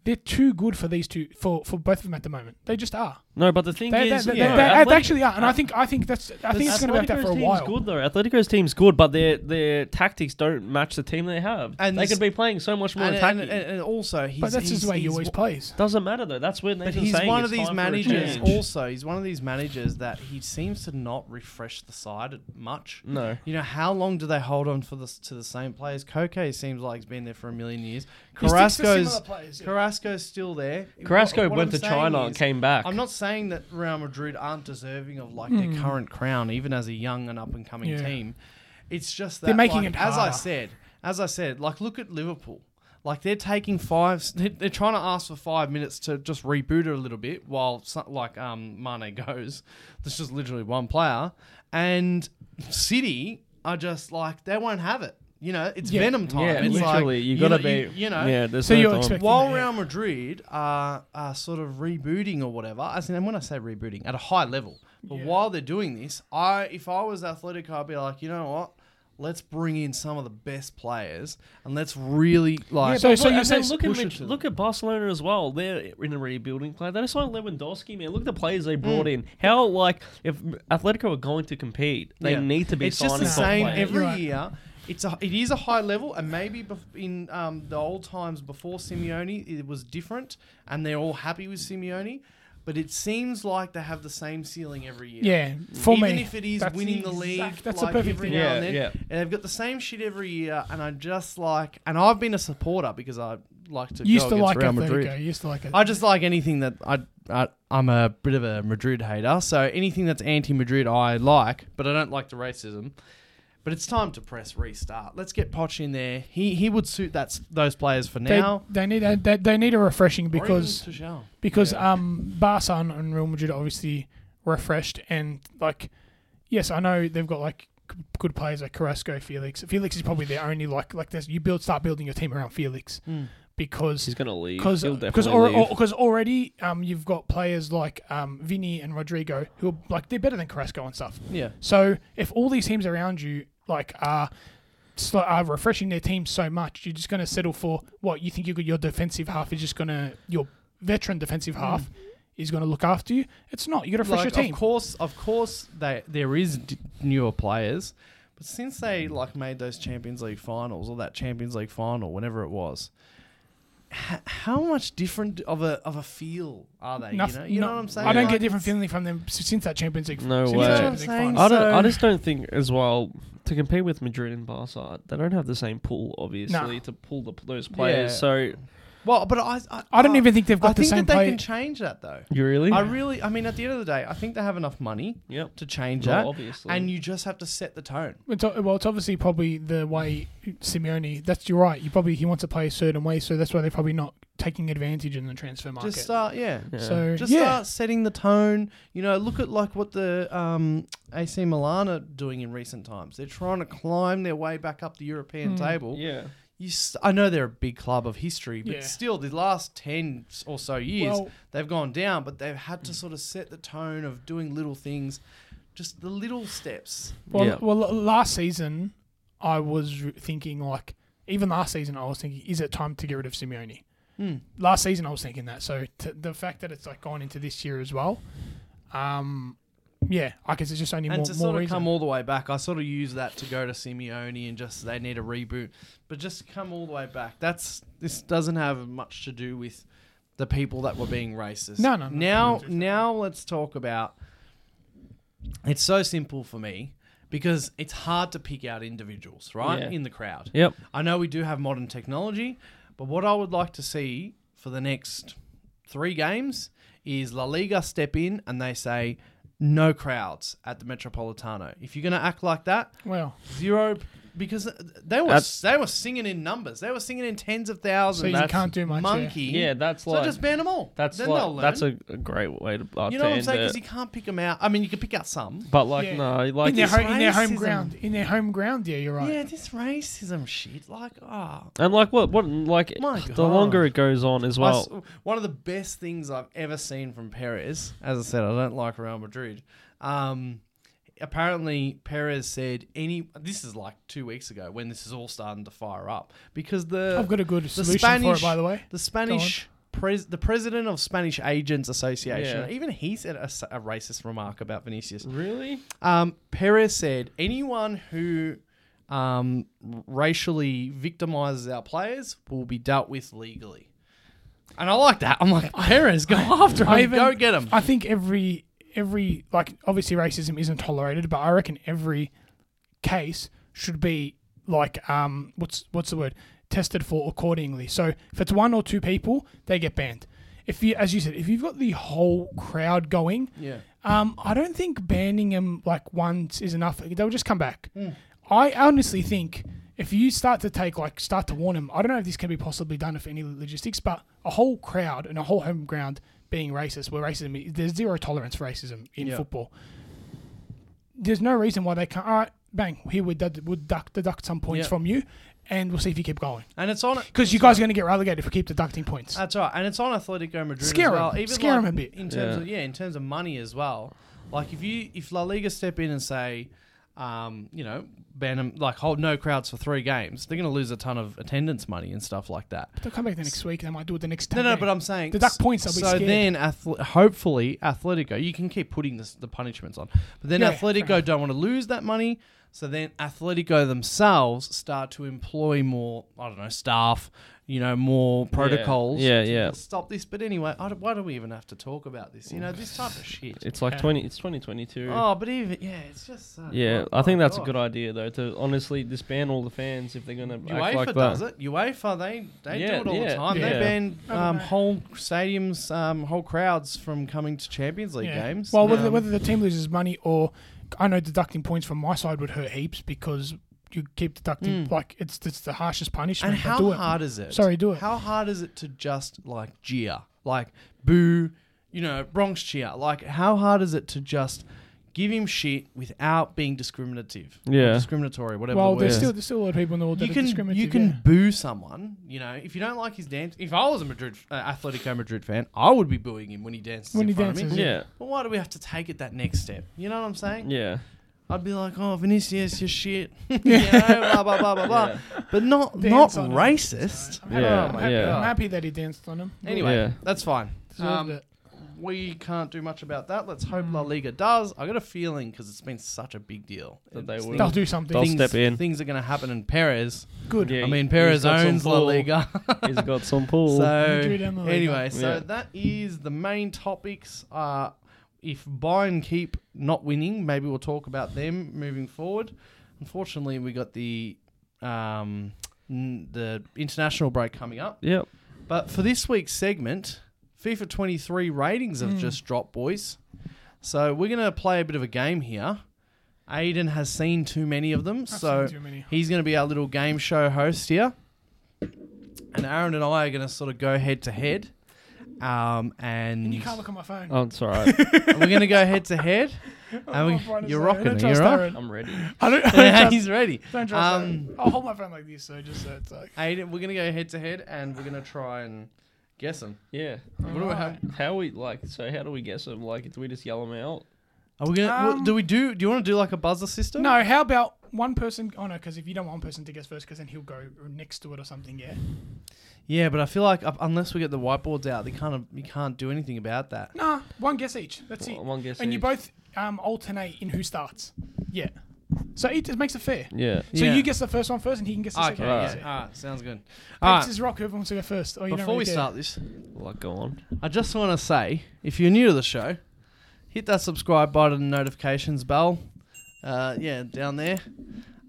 C: they're too good for these two, for, for both of them at the moment. They just are.
B: no, but the thing
C: They,
B: is,
C: they, they,
B: yeah,
C: they
B: Atletico-
C: actually are, and I think I think that's I think it's going to be like that
B: Atletico's
C: for a
B: team's
C: while.
B: Good though. Atletico's team's good, but their their tactics don't match the team they have.
A: And
B: And they
A: this-
B: could be playing so much more
A: and,
B: attacking.
A: and, and, and also, he's,
C: But that's
A: he's,
C: just the way he
A: he's-
C: always plays.
B: Doesn't matter though. That's where Nathan's
A: But he's
B: saying
A: one of
B: it's
A: these
B: time for a
A: managers.
B: change.
A: Also, he's one of these managers that he seems to not refresh the side much.
B: No.
A: You know, how long do they hold on for the to the same players? Koke seems like he's been there for a million years.
C: He sticks to similar
A: Carrasco's
C: players, yeah.
A: Carrasco's still there.
B: Carrasco
A: What- what
B: went
A: I'm
B: to
A: saying
B: China and
A: is-
B: came back.
A: I'm not saying that Real Madrid aren't deserving of like their current crown, even as a young and up and coming
C: Hmm. Yeah.
A: team. It's just that
C: They're making
A: like,
C: it
A: as I
C: harder.
A: said, as I said, like look at Liverpool. Like they're taking five, they're they're trying to ask for five minutes to just reboot it a little bit while so- like um Mane goes. There's just literally one player, and City are just like they won't have it. You know, it's
C: Yeah.
A: venom time.
B: yeah,
A: it's
B: literally,
A: like,
B: you gotta
A: know-
B: be.
A: you, you know,
B: yeah. There's
C: So
B: no
C: you're
B: time.
C: expecting-
A: while
C: Yeah.
A: Real Madrid are, are sort of rebooting or whatever, as in, when I say rebooting, at a high level, but
C: Yeah.
A: while they're doing this, I if I was Atletico, I'd be like, you know what? Let's bring in some of the best players and let's really like.
C: So-
B: So,
C: so you
B: you
C: say
B: look at
A: push it
B: Mitch,
A: to
B: look at Barcelona as well. They're in a rebuilding play. They just signed Lewandowski, man. Look at the players they brought in. How like if Atletico are going to compete, they
A: Yeah.
B: need to be
A: It's
B: signing
A: just the
B: top
A: same
B: players.
A: every
C: You're right.
A: year. It's a, it is a high level, and maybe bef- in um, the old times before Simeone, it was different, and they're all happy with Simeone. But it seems like they have the same ceiling every year.
C: Yeah, for
A: even
C: me,
A: if it is
C: that's
A: winning the
C: exact-
A: league,
C: that's a
A: like
C: perfect
A: every
C: thing.
A: now
B: Yeah,
A: and then,
B: yeah.
A: and they've got the same shit every year, and I just like, and I've been a supporter because I like to
C: You used
A: go
C: to
A: against
C: like
A: Real
C: Atletico.
A: Madrid.
C: You used to like it.
A: I just like anything that I, I I'm a bit of a Madrid hater, so anything that's anti-Madrid I like, but I don't like the racism. But it's time to press restart. Let's get Poch in there. He he would suit that s- those players for
C: they,
A: now.
C: they need a, they, they need a refreshing
A: Or even
C: because
A: Tuchel.
C: because um Barca and, and Real Madrid are obviously refreshed and like yes I know they've got like g- good players like Carrasco, Felix. Felix is probably their only like like this. You build start building your team around Felix
A: Hmm.
C: because
B: He's gonna leave.
C: because
B: He'll
C: because
B: definitely
C: or,
B: leave.
C: because already um you've got players like um Vinny and Rodrigo who are, like they're better than Carrasco and stuff.
A: yeah.
C: So if all these teams around you like are sl- are refreshing their team so much, you're just going to settle for what you think you could, your defensive half is just going to your veteran defensive half is going to look after you. It's not. You got to refresh
A: Mm. Like,
C: your team.
A: Of course, of course, they, there is d- newer players, But since they like made those Champions League finals or that Champions League final, whenever it was, h- how much different of a of a feel are they?
C: Noth-
A: you know, you
C: no-
A: know what I'm saying.
C: I don't
A: Like,
C: get different feeling from them s- since that Champions League.
B: No
C: since
B: way.
C: that
B: You know
C: Champions
A: what I'm
C: League
A: saying?
C: final.
B: I don't. I
A: So-
B: just don't think as well to compete with Madrid and Barca. They don't have the same pool, obviously,
C: Nah.
B: to pull the, those players.
A: Yeah.
B: So
A: Well, but I I,
C: I don't even think they've got
A: I
C: the
A: think
C: same
A: that they
C: player.
A: can change that though.
B: you really?
A: I really, I mean, at the end of the day, I think they have enough money
B: yep.
A: to change
B: Well,
A: that,
B: obviously.
A: and you just have to set the tone.
C: It's, o- well, it's obviously probably the way Simeone. That's you're right. You probably he wants to play a certain way, so that's why they're probably not taking advantage in the transfer market.
A: Just start, yeah.
B: Yeah.
C: So
A: Just
C: yeah,
A: start setting the tone. You know, look at like what the um, AC Milan are doing in recent times. They're trying to climb their way back up the European
C: Mm.
A: table.
B: yeah.
A: You st- I know they're a big club of history, but
C: Yeah.
A: still, the last ten s- or so years,
C: Well-
A: they've gone down. But they've had to sort of set the tone of doing little things, just the little steps.
C: Well,
B: Yeah.
C: well, l- last season I was r- thinking like even last season I was thinking, is it time to get rid of Simeone?
A: Mm.
C: Last season I was thinking that. So t- the fact that it's like gone into this year as well, um, yeah, I guess it's just only
A: And
C: more,
A: to
C: more
A: sort of
C: reason.
A: come all the way back, I sort of use that to go to Simeone and just they need a reboot. But just to come all the way back, that's this doesn't have much to do with the people that were being racist.
C: No, no, no.
A: Now, now let's talk about. It's so simple for me because it's hard to pick out individuals, right,
B: Yeah.
A: in the crowd.
B: Yep.
A: I know we do have modern technology, but what I would like to see for the next three games is La Liga step in and they say no crowds at the Metropolitano. If you're going to act like that,
C: well,
A: zero because they were
B: That's-
A: they were singing in numbers. They were singing in tens of
C: so
A: thousands.
C: you
B: that's
C: can't do much. yeah.
A: monkey.
B: Yeah. That's
A: So
B: like.
A: just ban them all.
B: that's
A: then they'll
B: like.
A: learn.
B: That's a, a great way to. Uh,
A: you
B: to
A: know what I'm
B: end
A: saying?
B: it.
A: Because you can't pick them out. I mean, you can pick out some.
B: But like
C: Yeah.
B: no, like
C: in their,
A: it's
C: home, in their home
A: racism.
C: ground. In their home ground. Yeah, you're right.
A: Yeah, this racism shit. Like, ah,
B: and like what what like
A: My
B: the longer
A: God.
B: it goes on as
A: I
B: well.
A: s- one of the best things I've ever seen from Perez, as I said, I don't like Real Madrid. Um, apparently, Perez said any. This is like two weeks ago when this is all starting to fire up because the
C: I've got a good solution for
A: Spanish-
C: it, by the way.
A: the Spanish pres- the president of Spanish Agents Association,
B: Yeah.
A: even he said a, s- a racist remark about Vinicius.
B: Really?
A: Um, Perez said anyone who um, racially victimizes our players will be dealt with legally. And I like that. I'm like, Perez, go after him.
C: I even-
A: go get him.
C: I think every every like obviously racism isn't tolerated, but I reckon every case should be like um what's what's the word tested for accordingly. So if it's one or two people, they get banned. If you as you said, if you've got the whole crowd going,
A: yeah.
C: um, I don't think banning them like once is enough. They'll just come back.
A: Hmm.
C: I honestly think if you start to take like start to warn them, I don't know if this can be possibly done if any logistics, but a whole crowd and a whole home ground being racist, where racism is- there's zero tolerance for racism in
A: Yeah.
C: football. There's no reason why they can't. All right, bang, here we did- we'll duck, deduct some points
A: Yeah.
C: from you, and we'll see if you keep going.
A: And it's on
C: Because you guys are going to get relegated if we keep deducting points.
A: That's right, and it's on Atletico Madrid
C: Scare
A: as well.
C: 'em.
A: Even
C: Scare
A: like,
C: 'em a bit.
A: in terms
B: Yeah.
A: of yeah, in terms of money as well. Like if you if La Liga step in and say, um, you know, ban them like hold no crowds for three games, they're going to lose a ton of attendance money and stuff like that.
C: They'll come back the next week. They might do it the next
A: No,
C: time.
A: no, but I'm saying
C: Deduct points, I'll be
A: so
C: scared.
A: then, athle- hopefully, Atletico. You can keep putting this, the punishments on, but then
C: Yeah, fair
A: Atletico
C: enough.
A: don't want to lose that money. So then, Atletico themselves start to employ more. I don't know staff. You know more protocols.
B: Yeah,
A: to
B: yeah.
A: Stop this. But anyway, I don't- why do we even have to talk about this? You know this type of shit.
B: It's like
C: Yeah.
B: twenty. It's twenty twenty two.
A: Oh, but even yeah, it's just. So
B: Yeah,
A: oh
B: I think
A: my
B: that's a
A: God.
B: good idea though to honestly disband all the fans if they're gonna act
A: UEFA
B: like
A: does
B: that.
A: it. UEFA they they
B: Yeah,
A: do it all
B: yeah,
A: the time.
B: yeah.
A: They ban
C: Overnight.
A: um, whole stadiums, um, whole crowds from coming to Champions League
C: Yeah.
A: games.
C: Well,
A: Um,
C: whether, whether the team loses money or I know deducting points from my side would hurt heaps because you keep deducting
A: Mm.
C: like it's it's the harshest punishment.
A: and
C: but
A: how
C: do it.
A: hard is it?
C: Sorry, do it.
A: How hard is it to just like jeer, like boo, you know, Bronx cheer? Like how hard is it to just give him shit without being discriminative? or
B: Yeah.
A: discriminatory, whatever.
C: well,
A: the word
C: there's
A: is.
C: still there's still a lot of people in the world
A: you
C: that are
A: can
C: discriminative.
A: you can
C: yeah.
A: boo someone, you know. If you don't like his dance, if I was a Madrid uh, Atletico Madrid fan, I would be booing him when he dances
C: When
A: in
C: he
A: front of
C: dances,
A: me.
B: Yeah,
A: But why do we have to take it that next step? You know what I'm saying?
B: yeah.
A: I'd be like, oh, Vinicius, you're shit. you know, blah blah blah blah blah. But not
C: Dance
A: not
C: on it.
A: racist.
C: I'm happy,
B: Yeah,
C: I'm, happy,
B: yeah.
C: I'm happy that he danced on him.
A: Anyway,
B: Yeah.
A: that's fine.
C: Deserved
A: Um,
C: it.
A: we can't do much about that. Let's hope
C: Mm.
A: La Liga does. I got a feeling because it's been such a big deal
B: That they
A: It's-
B: will.
C: They'll do something.
B: They'll
A: things,
B: step in.
A: Things are going to happen in Perez.
C: Good.
B: Yeah,
A: I mean,
B: he's
A: Perez
B: got some
A: owns La
B: pull.
A: Liga.
B: He's got some pull.
C: Madrid
A: so
C: and La Liga.
A: anyway, so
B: Yeah.
A: that is the main topics. Uh, if Bayern keep not winning, maybe we'll talk about them moving forward. Unfortunately, we got the um, n- the international break coming up.
B: yep.
A: But for this week's segment, FIFA 23 ratings
C: Hmm.
A: have just dropped, boys. So we're going to play a bit of a game here. Aiden has seen too many of them, so
C: seen too many.
A: he's going to be our little game show host here. And Aaron and I are going to sort of go head to head. Um, and
C: You can't look at my phone.
B: Oh, it's all right.
A: we're going to go head to head. And
C: I'm trying
A: we,
C: to
A: you're
C: say, I
A: rocking
C: don't
A: it.
C: trust
A: You're on.
C: Aaron.
B: I'm ready.
C: I don't, I don't
A: Yeah,
C: trust,
A: He's ready.
C: don't trust
A: Um,
C: Aaron. I'll hold my phone like this, so just so it's like.
A: Aiden, we're going to go head to head and we're going to try and guess them.
B: Yeah.
A: What do we have?
B: How we like? So how do we guess them? Like, do we just yell them out?
A: Are we gonna?
C: Um,
A: what, do we do? Do you want to do like a buzzer system?
C: No, how about one person? Oh no, because if you don't want one person to guess first, because then he'll go next to it or something. Yeah.
A: Yeah, but I feel like up, unless we get the whiteboards out, they kind of you can't do anything about that.
C: Nah, one guess each. That's it.
B: One one guess.
C: and you
B: each.
C: both um, alternate in who starts. Yeah. So it, it makes it fair.
B: Yeah.
C: So
A: Yeah.
C: you guess the first one first, and he can guess the
A: Okay,
C: second.
B: Alright.
A: yeah,
C: one.
A: all right.
C: Yeah.
A: sounds good.
C: All
A: All
C: right.
A: right,
C: is rock. Whoever wants to go first. Or you don't
A: before
C: really
A: we
C: care.
A: start this,
B: Like, go on.
A: I just want to say if you're new to the show, hit that subscribe button and notifications bell. Uh, yeah, down there.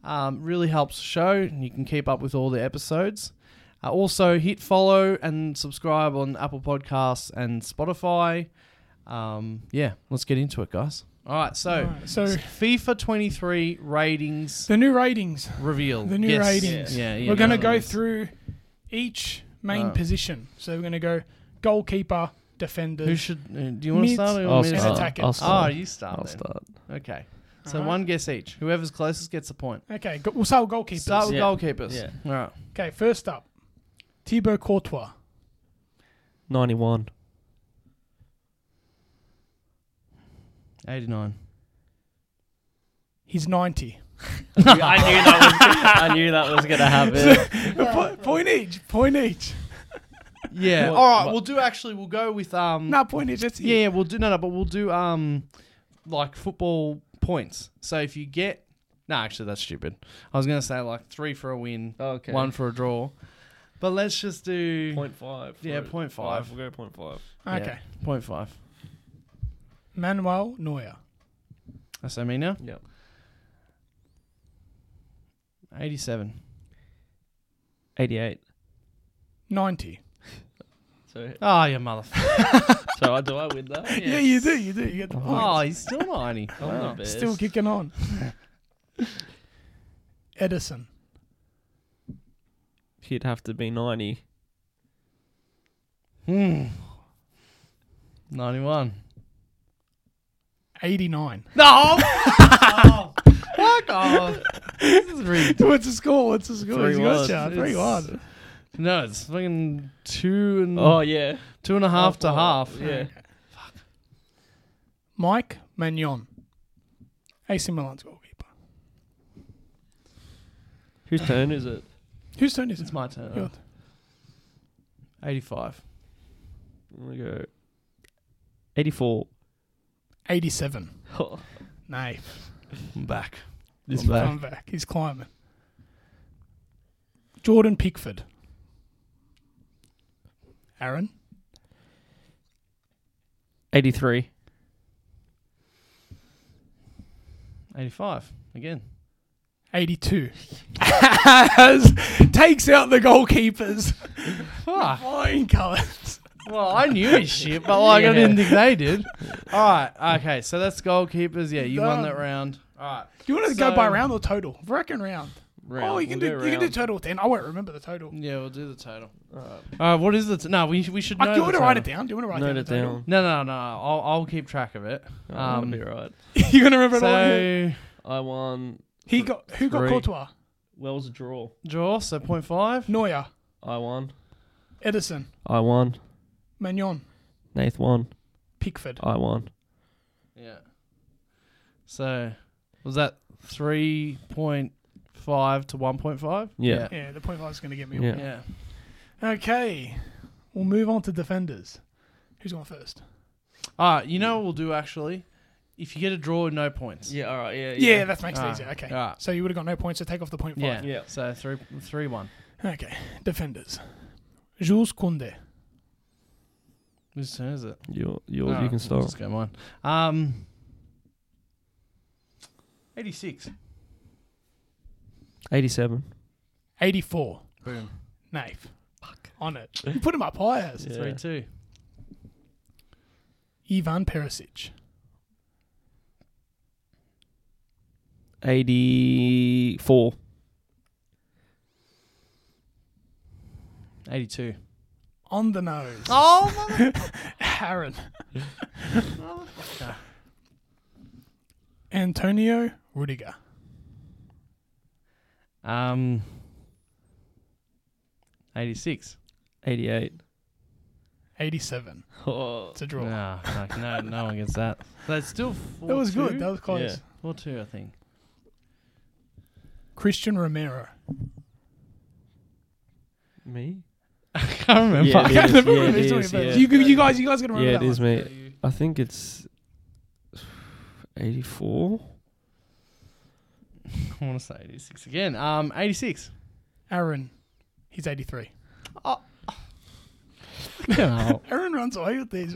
A: Um, really helps the show, and you can keep up with all the episodes. Uh, also, hit follow and subscribe on Apple Podcasts and Spotify. Um, yeah, let's get into it, guys. All right, so.
C: Alright, so
A: FIFA 23 ratings
C: the new ratings.
A: reveal.
C: The new
A: Yes.
C: ratings.
A: Yeah, yeah.
C: we're going to
A: no,
C: go
A: it's-
C: through each main
A: Alright.
C: position. So we're going to go goalkeeper, defender.
A: Who should? uh, do you want to
C: Mids.
A: start? Or you
B: I'll
A: want me to
C: start.
A: start?
C: I'll
A: Oh,
B: start.
A: you start.
B: I'll
A: then.
B: start.
A: Okay. So
C: Alright.
A: one guess each. Whoever's closest gets a point.
C: Okay, go- we'll start with goalkeepers.
A: Start with
B: Yeah.
A: goalkeepers.
B: Yeah.
A: All right.
C: okay, first up, Thibaut Courtois.
B: Ninety-one.
A: 89.
C: He's 90.
B: I knew that. Was, I knew that was gonna happen.
C: Po- point each. Point each.
A: Yeah.
B: What-
A: All right.
B: what-
A: We'll do actually. We'll go with um.
C: No, point each. That's it.
A: Yeah, yeah. We'll do no, no. But we'll do um, like football points. So if you get no, actually that's stupid. I was gonna say like three for a win,
B: Okay.
A: one for a draw. But let's just do
B: Point five.
A: Yeah, point five.
B: We'll go point five.
C: Okay.
A: Yeah, point five.
C: Manuel Neuer.
A: That's what I mean now.
B: Yep.
A: 87.
B: Eighty-eight.
C: 90.
B: So,
A: Oh, you motherfucker.
B: so I do I win that? Oh,
C: Yeah, you do. You do. You get the point.
A: oh, he's still 90.
B: I'm
A: Wow.
B: the best.
C: Still kicking on. Edison.
B: He'd have to be ninety.
A: Hmm. 91.
C: 89.
A: No! Fuck off. This is rigged.
C: What's the score? What's the score?
B: Three
C: He's
B: one.
C: got you. 3
A: It's-
C: 1.
A: No, it's fucking two and
B: Oh yeah.
A: two and a half to
B: Oh,
A: half.
B: Yeah.
C: Mike Magnon. AC Milan's goalkeeper.
B: Whose turn is it?
C: Whose turn is it?
A: It's my turn.
C: Good.
A: 85.
B: I'm gonna go. Eighty-four.
C: 87.
B: Oh,
C: Nay.
A: I'm back.
B: This
A: I'm back.
C: Come back. He's climbing. Jordan Pickford. Aaron.
B: Eighty-three.
A: 85. Again.
C: 82. As takes out the goalkeepers. Ah.
A: Fuck.
C: Flying colours.
A: Well, I knew his shit, but like I
B: Yeah.
A: didn't think they did. All right. Okay. So that's goalkeepers. Yeah, you won
C: Done.
A: that round. All right.
C: Do you want to
A: So-
C: go by round or total? Reckon round.
B: Round.
C: Oh, you can
B: We'll
C: do
B: go
C: you can do
B: round.
C: total ten. I won't remember the total.
A: Yeah, we'll do the total.
B: Alright.
A: All right, what is the t- no? We sh- we should know.
C: I Uh, do you
A: the
C: want to write it
A: total.
C: down? Do you want to write
B: Note
C: down the
B: it
C: total?
B: down.
A: No, no, no. I'll I'll keep track of it.
B: Um, be
A: Um,
B: right.
C: You're gonna remember it all. yeah.
A: so
B: I won.
C: He got who got
B: three.
C: Courtois,
B: Wells draw.
A: draw. So point five.
C: Neuer,
B: I won.
C: Edison,
B: I won.
C: Magnon,
B: Nath won.
C: Pickford.
B: I won.
A: Yeah. So was that three point five to one point five?
B: Yeah.
C: Yeah, the point five is gonna get me.
B: Yeah.
A: Yeah. yeah.
C: Okay, we'll move on to defenders. Who's going first?
A: Ah, you know what we'll do actually? If you get a draw, no points.
B: Yeah, all right, yeah,
C: Yeah,
B: yeah.
C: that makes it
A: Ah,
C: easier. Okay.
A: ah.
C: So you would have got no points, so take off the point five.
A: Yeah.
B: Yeah.
A: So three, three one.
C: Okay. Defenders. Jules Kunde.
A: Whose turn is it?
B: You're, you're,
A: Ah,
B: you can start.
A: Let's go mine. Um, eighty-six.
B: 87.
C: 84.
A: Boom.
C: Naif. Fuck. On it. You put him up high as.
B: Yeah.
A: Three two.
C: Ivan Perisic.
B: 84.
A: 82.
C: On the nose.
A: Oh,
C: Aaron. Antonio Rudiger.
A: um, 86.
B: 88.
C: 87.
B: Oh,
C: It's a draw.
A: No, fuck, no, no one gets that. That's still four.
C: That was
A: two?
C: good. That was close.
B: Yeah.
A: four two, I think.
C: Christian Romero.
B: me?
A: I can't remember.
B: Yeah, it
C: I
B: is.
C: can't remember
B: Yeah,
C: what
B: it
C: we're
B: is,
C: talking about.
B: yeah.
C: You, you guys, you guys gotta remember
B: Yeah, it
C: that
B: is,
C: one.
B: mate. I think it's 84.
A: I want to say 86 again. Um, 86.
C: Aaron. He's 83.
A: No,
C: Aaron runs away with these.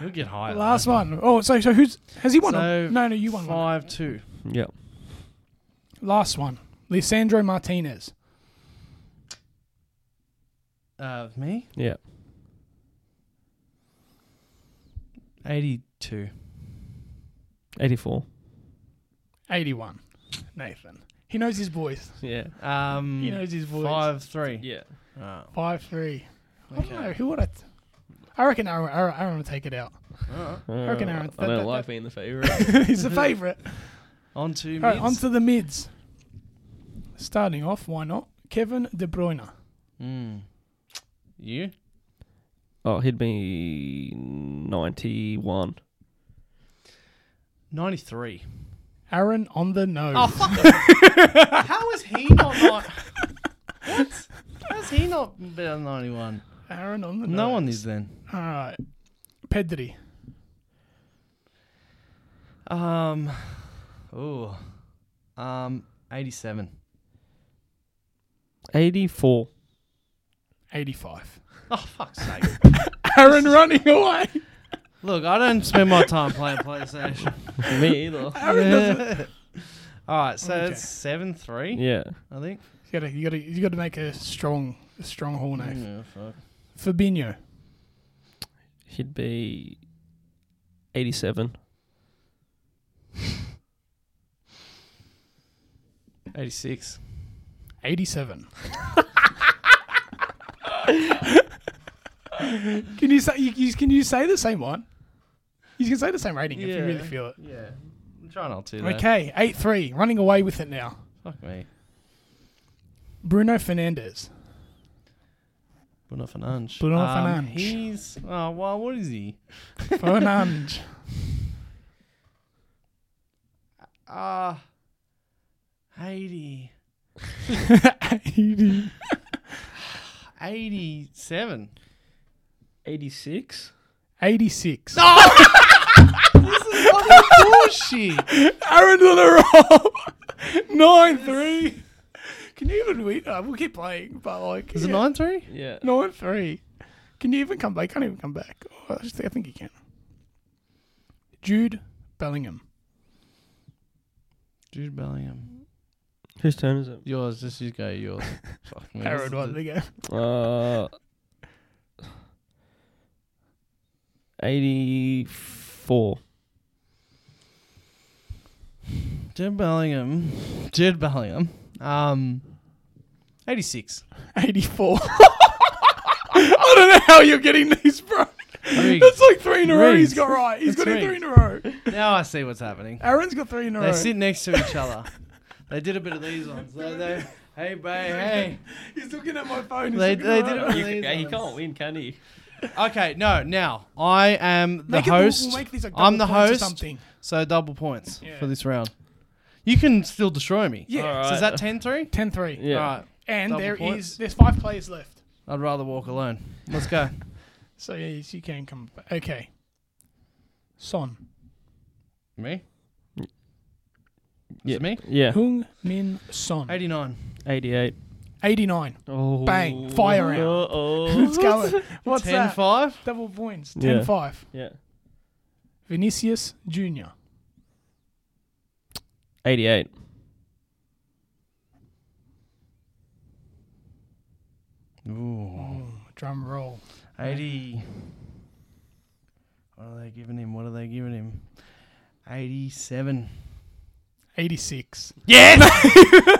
A: we'll get higher.
C: Last one. Oh, so so who's has he won?
A: So,
C: no, no, you won. One.
A: Five two.
B: Yeah.
C: Last one. Lisandro Martinez.
A: Uh, me.
B: Yeah.
A: 82.
B: 84.
C: 81. Nathan. He knows his voice.
B: Yeah.
A: Um,
C: He knows his voice.
A: Five three.
B: Yeah.
A: Oh,
C: Five three. I don't know
A: okay.
C: who would I. T- I reckon Aaron, Aaron, Aaron will take it out.
A: Alright.
C: reckon Aaron-
B: I
C: that-
B: don't
C: that-
B: like
C: that-
B: being the favourite.
C: He's the favourite.
A: On to
C: All right,
A: mids.
C: on to the mids. Starting off, why not? Kevin De Bruyne.
A: Mm. You?
B: oh, he'd be 91.
A: 93.
C: Aaron on the nose.
A: Oh,
B: Ah.
A: fuck it. How is he not not... What? How's he not better than 91?
C: Aaron on the nose.
A: No one is then.
C: All right. Uh, Pedri.
A: Um, ooh. Um, 87.
B: 84.
C: 85.
A: Oh, fuck's sake.
C: Aaron running away.
A: Look, I don't spend my time playing PlayStation.
B: me either.
C: Aaron doesn't.
A: All right, so
C: Okay.
A: it's 7 3,
B: Yeah.
A: I think.
C: You gotta, you gotta, you gotta make a strong, a strong hall knife.
A: Yeah, fuck.
C: Fabinho,
B: He'd be 87.
A: 86.
C: eighty-seven. can you say? You, you, can you say the same one? You can say the same rating if you really
A: Yeah.
C: feel it.
A: Yeah. I'm trying not to, though.
C: Okay, eight-three, running away with it now.
A: Fuck me.
C: Bruno Fernandez,
A: Bruno Fernandes.
C: Bruno
A: um,
C: Fernandes.
A: He's... Oh, well, what is he?
C: Fernandes,
A: Uh, 80...
C: eighty.
A: 87.
B: 86?
C: 86.
A: Bullshit.
C: Aaron Lillerom! 9 3. Can you even win? Uh, we'll keep playing, but like.
A: Is it
C: yeah.
A: 9 3?
B: Yeah.
C: No, at three. Can you even come back? Can't even come back. Oh, I, just think, I think he can. Jude Bellingham.
A: Jude Bellingham.
B: Whose turn is it?
A: Yours, just you go, yours. Fuck me.
C: Aaron, what
A: this is
C: they go?
B: Uh, 84.
A: the- Jude Bellingham. Jude Bellingham. Um, 86.
C: 84. I don't know how you're getting these, bro.
A: Rigged.
C: That's like three in a row. He's
A: Rigged.
C: got right. He's got
A: That's
C: it three in a row.
A: now I see what's happening.
C: Aaron's got three in a row.
A: They sit next to each other. They did a bit of these ones. They, they, hey, babe,
C: He's looking at my phone. He's
A: They-
C: looking
A: they
C: at my
A: did
C: phone.
A: it-
B: You,
A: These
B: yeah, you
A: ones.
B: can't win, can he?
A: hey. Okay, no, now. I am the
C: Make it- we'll- we'll
A: host.
C: make these like
A: I'm the
C: double points or
A: host.
C: something.
A: So double points
C: Yeah.
A: for this round. You can still destroy me.
C: Yeah.
B: All
A: So
B: right.
A: is that 10 3?
C: 10 3.
B: Yeah.
A: All right.
C: And
A: Double
C: there
A: points.
C: is- there's five players left.
A: I'd rather walk alone. Let's go.
C: So yeah, yes, you can come. back. Okay, Son
A: Me?
B: Yeah.
A: Is it me?
B: Yeah.
C: Hung Min Son,
A: 89.
B: 88.
C: eighty nine.
B: Oh.
C: Bang. Fire out.
B: Oh.
C: Let's go. What's
A: 10
C: that?
A: 5.
C: Double points.
B: Yeah.
C: 10 5.
B: yeah.
C: Vinicius Junior.
B: 88.
A: Ooh.
C: Ooh, drum roll.
A: 80. What are they giving him? What are they giving him? 87.
C: Eighty six.
B: Yes!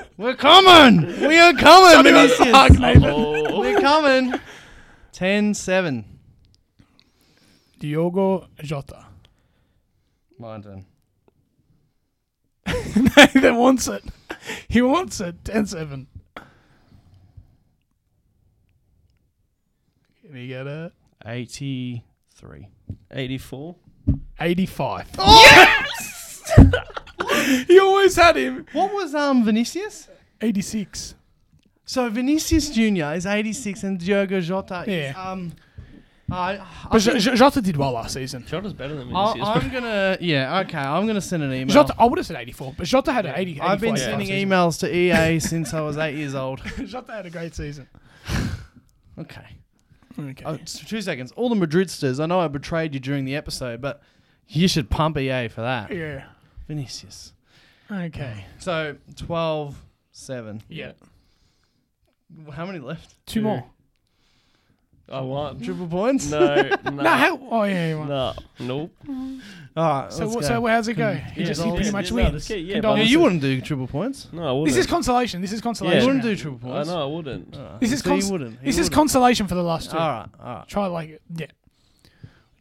A: We're coming! We are coming, Vinicius!
B: oh.
A: We're coming! 10 7.
C: Diogo Jota.
A: My turn.
C: Nathan wants it. He wants it. 10 7. Can he get it?
A: 83.
B: 84.
C: 85. Yes! you always had him.
A: What was um Vinicius?
C: 86.
A: So Vinicius Jr. is 86 and Diogo Jota is.
C: Yeah.
A: Um, I, I
C: But J- J- Jota did well last season.
B: Jota's better than
A: I,
B: Vinicius.
A: I'm gonna, yeah, okay. I'm gonna send an email.
C: Jota, I would have said 84, but Jota had an 80.
A: I've been
C: 85
A: sending
C: season.
A: emails to EA since I was eight years old.
C: Jota had a great season.
A: Okay.
C: Okay.
A: Oh, just two seconds. All the Madridsters, I know I betrayed you during the episode, but you should pump EA for that.
C: yeah.
A: Vinicius.
C: Okay.
A: So 12 7.
C: Oh, Yeah.
A: How many left?
C: Two more.
B: I want.
A: Triple points?
B: No. No.
C: No, how? Oh, yeah. you won.
B: No. Nope.
A: All right.
C: So,
A: let's
C: what,
A: go.
C: so how's it go? He
A: Yeah,
C: just he
A: no,
C: pretty
A: yeah,
C: much
B: no,
C: wins.
B: this kid- yeah,
A: Yeah,
C: Condolences.
A: you wouldn't do triple points.
B: No, I wouldn't.
C: This is consolation. This
B: Yeah.
C: is
A: You
C: consolation.
A: wouldn't do triple
B: I
A: points.
B: know, I wouldn't.
A: All right.
C: This is
A: So you
C: cons-
A: wouldn't. You
C: This is
A: wouldn't.
C: consolation for the last two.
A: All right. All right.
C: Try like it. Yeah.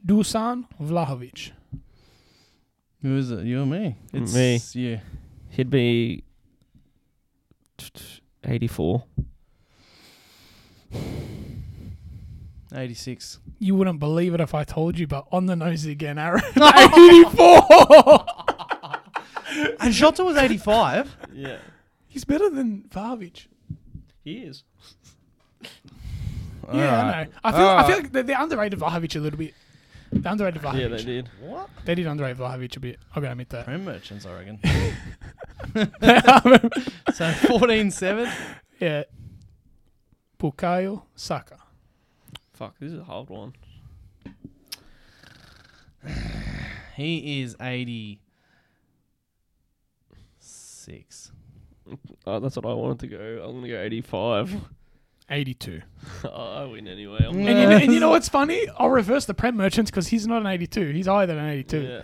C: Dusan Vlahovic.
A: Who is it? You or me?
B: It's me.
A: You.
B: He'd be 84.
A: 86.
C: You wouldn't believe it if I told you, but on the nose again, Aaron. 84!
A: And Jota was 85.
B: Yeah.
C: He's better than Vlahovic.
B: He is.
C: yeah,
A: All right.
C: I know. I feel, I feel
A: Alright.
C: like they, they underrated Vlahovic a little bit. They underrated Vlahovic.
B: Yeah, they did.
A: What?
C: They did underrate Vlahovic a bit. I'll admit that.
A: Prem merchants, I reckon. so 14 7.
C: yeah. Bukayo Saka.
B: Fuck, this is a hard one.
A: He is 86.
B: Oh, that's what I wanted to go. I'm going to go 85.
C: 82.
B: oh, I win anyway. I'm
C: And you, know, and you know what's funny? I'll reverse the Prem Merchants because he's not an 82. He's higher than an 82.
B: yeah.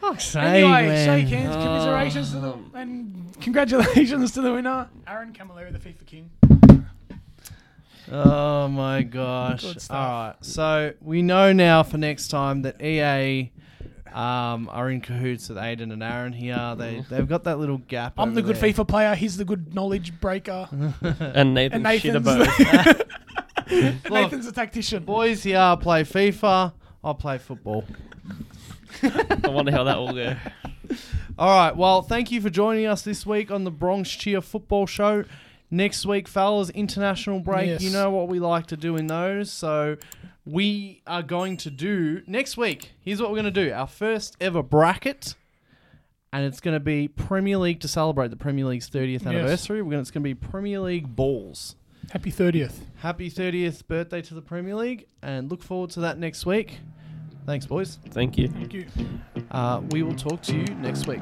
A: Fuck's sake,
C: Anyway,
A: man.
C: shake hands, commiserations to
B: Oh.
C: the, and congratulations to the winner, Aaron Camilleri, the FIFA King.
A: Oh my gosh.
C: Good stuff.
A: All right. So we know now for next time that EA um, are in cahoots with Aiden and Aaron here. They, they've got that little gap.
C: I'm the
A: over
C: good
A: there.
C: FIFA player. He's the good knowledge breaker.
B: And Nathan
C: And Nathan's,
B: Shitterbo.
C: Nathan's a tactician.
A: Boys here play FIFA. I play football.
B: I wonder how that will go.
A: All right. Well, thank you for joining us this week on the Bronx Cheer Football Show. Next week, fellas, international break.
C: Yes.
A: You know what we like to do in those. So we are going to do next week. Here's what we're going to do our first ever bracket. And it's going to be Premier League to celebrate the Premier League's 30th anniversary. We're going to, it's going to be Premier League balls.
C: Happy 30th.
A: Happy 30th birthday to the Premier League and look forward to that next week. Thanks, boys.
B: Thank you.
C: Thank you.
A: Uh, we will talk to you next week.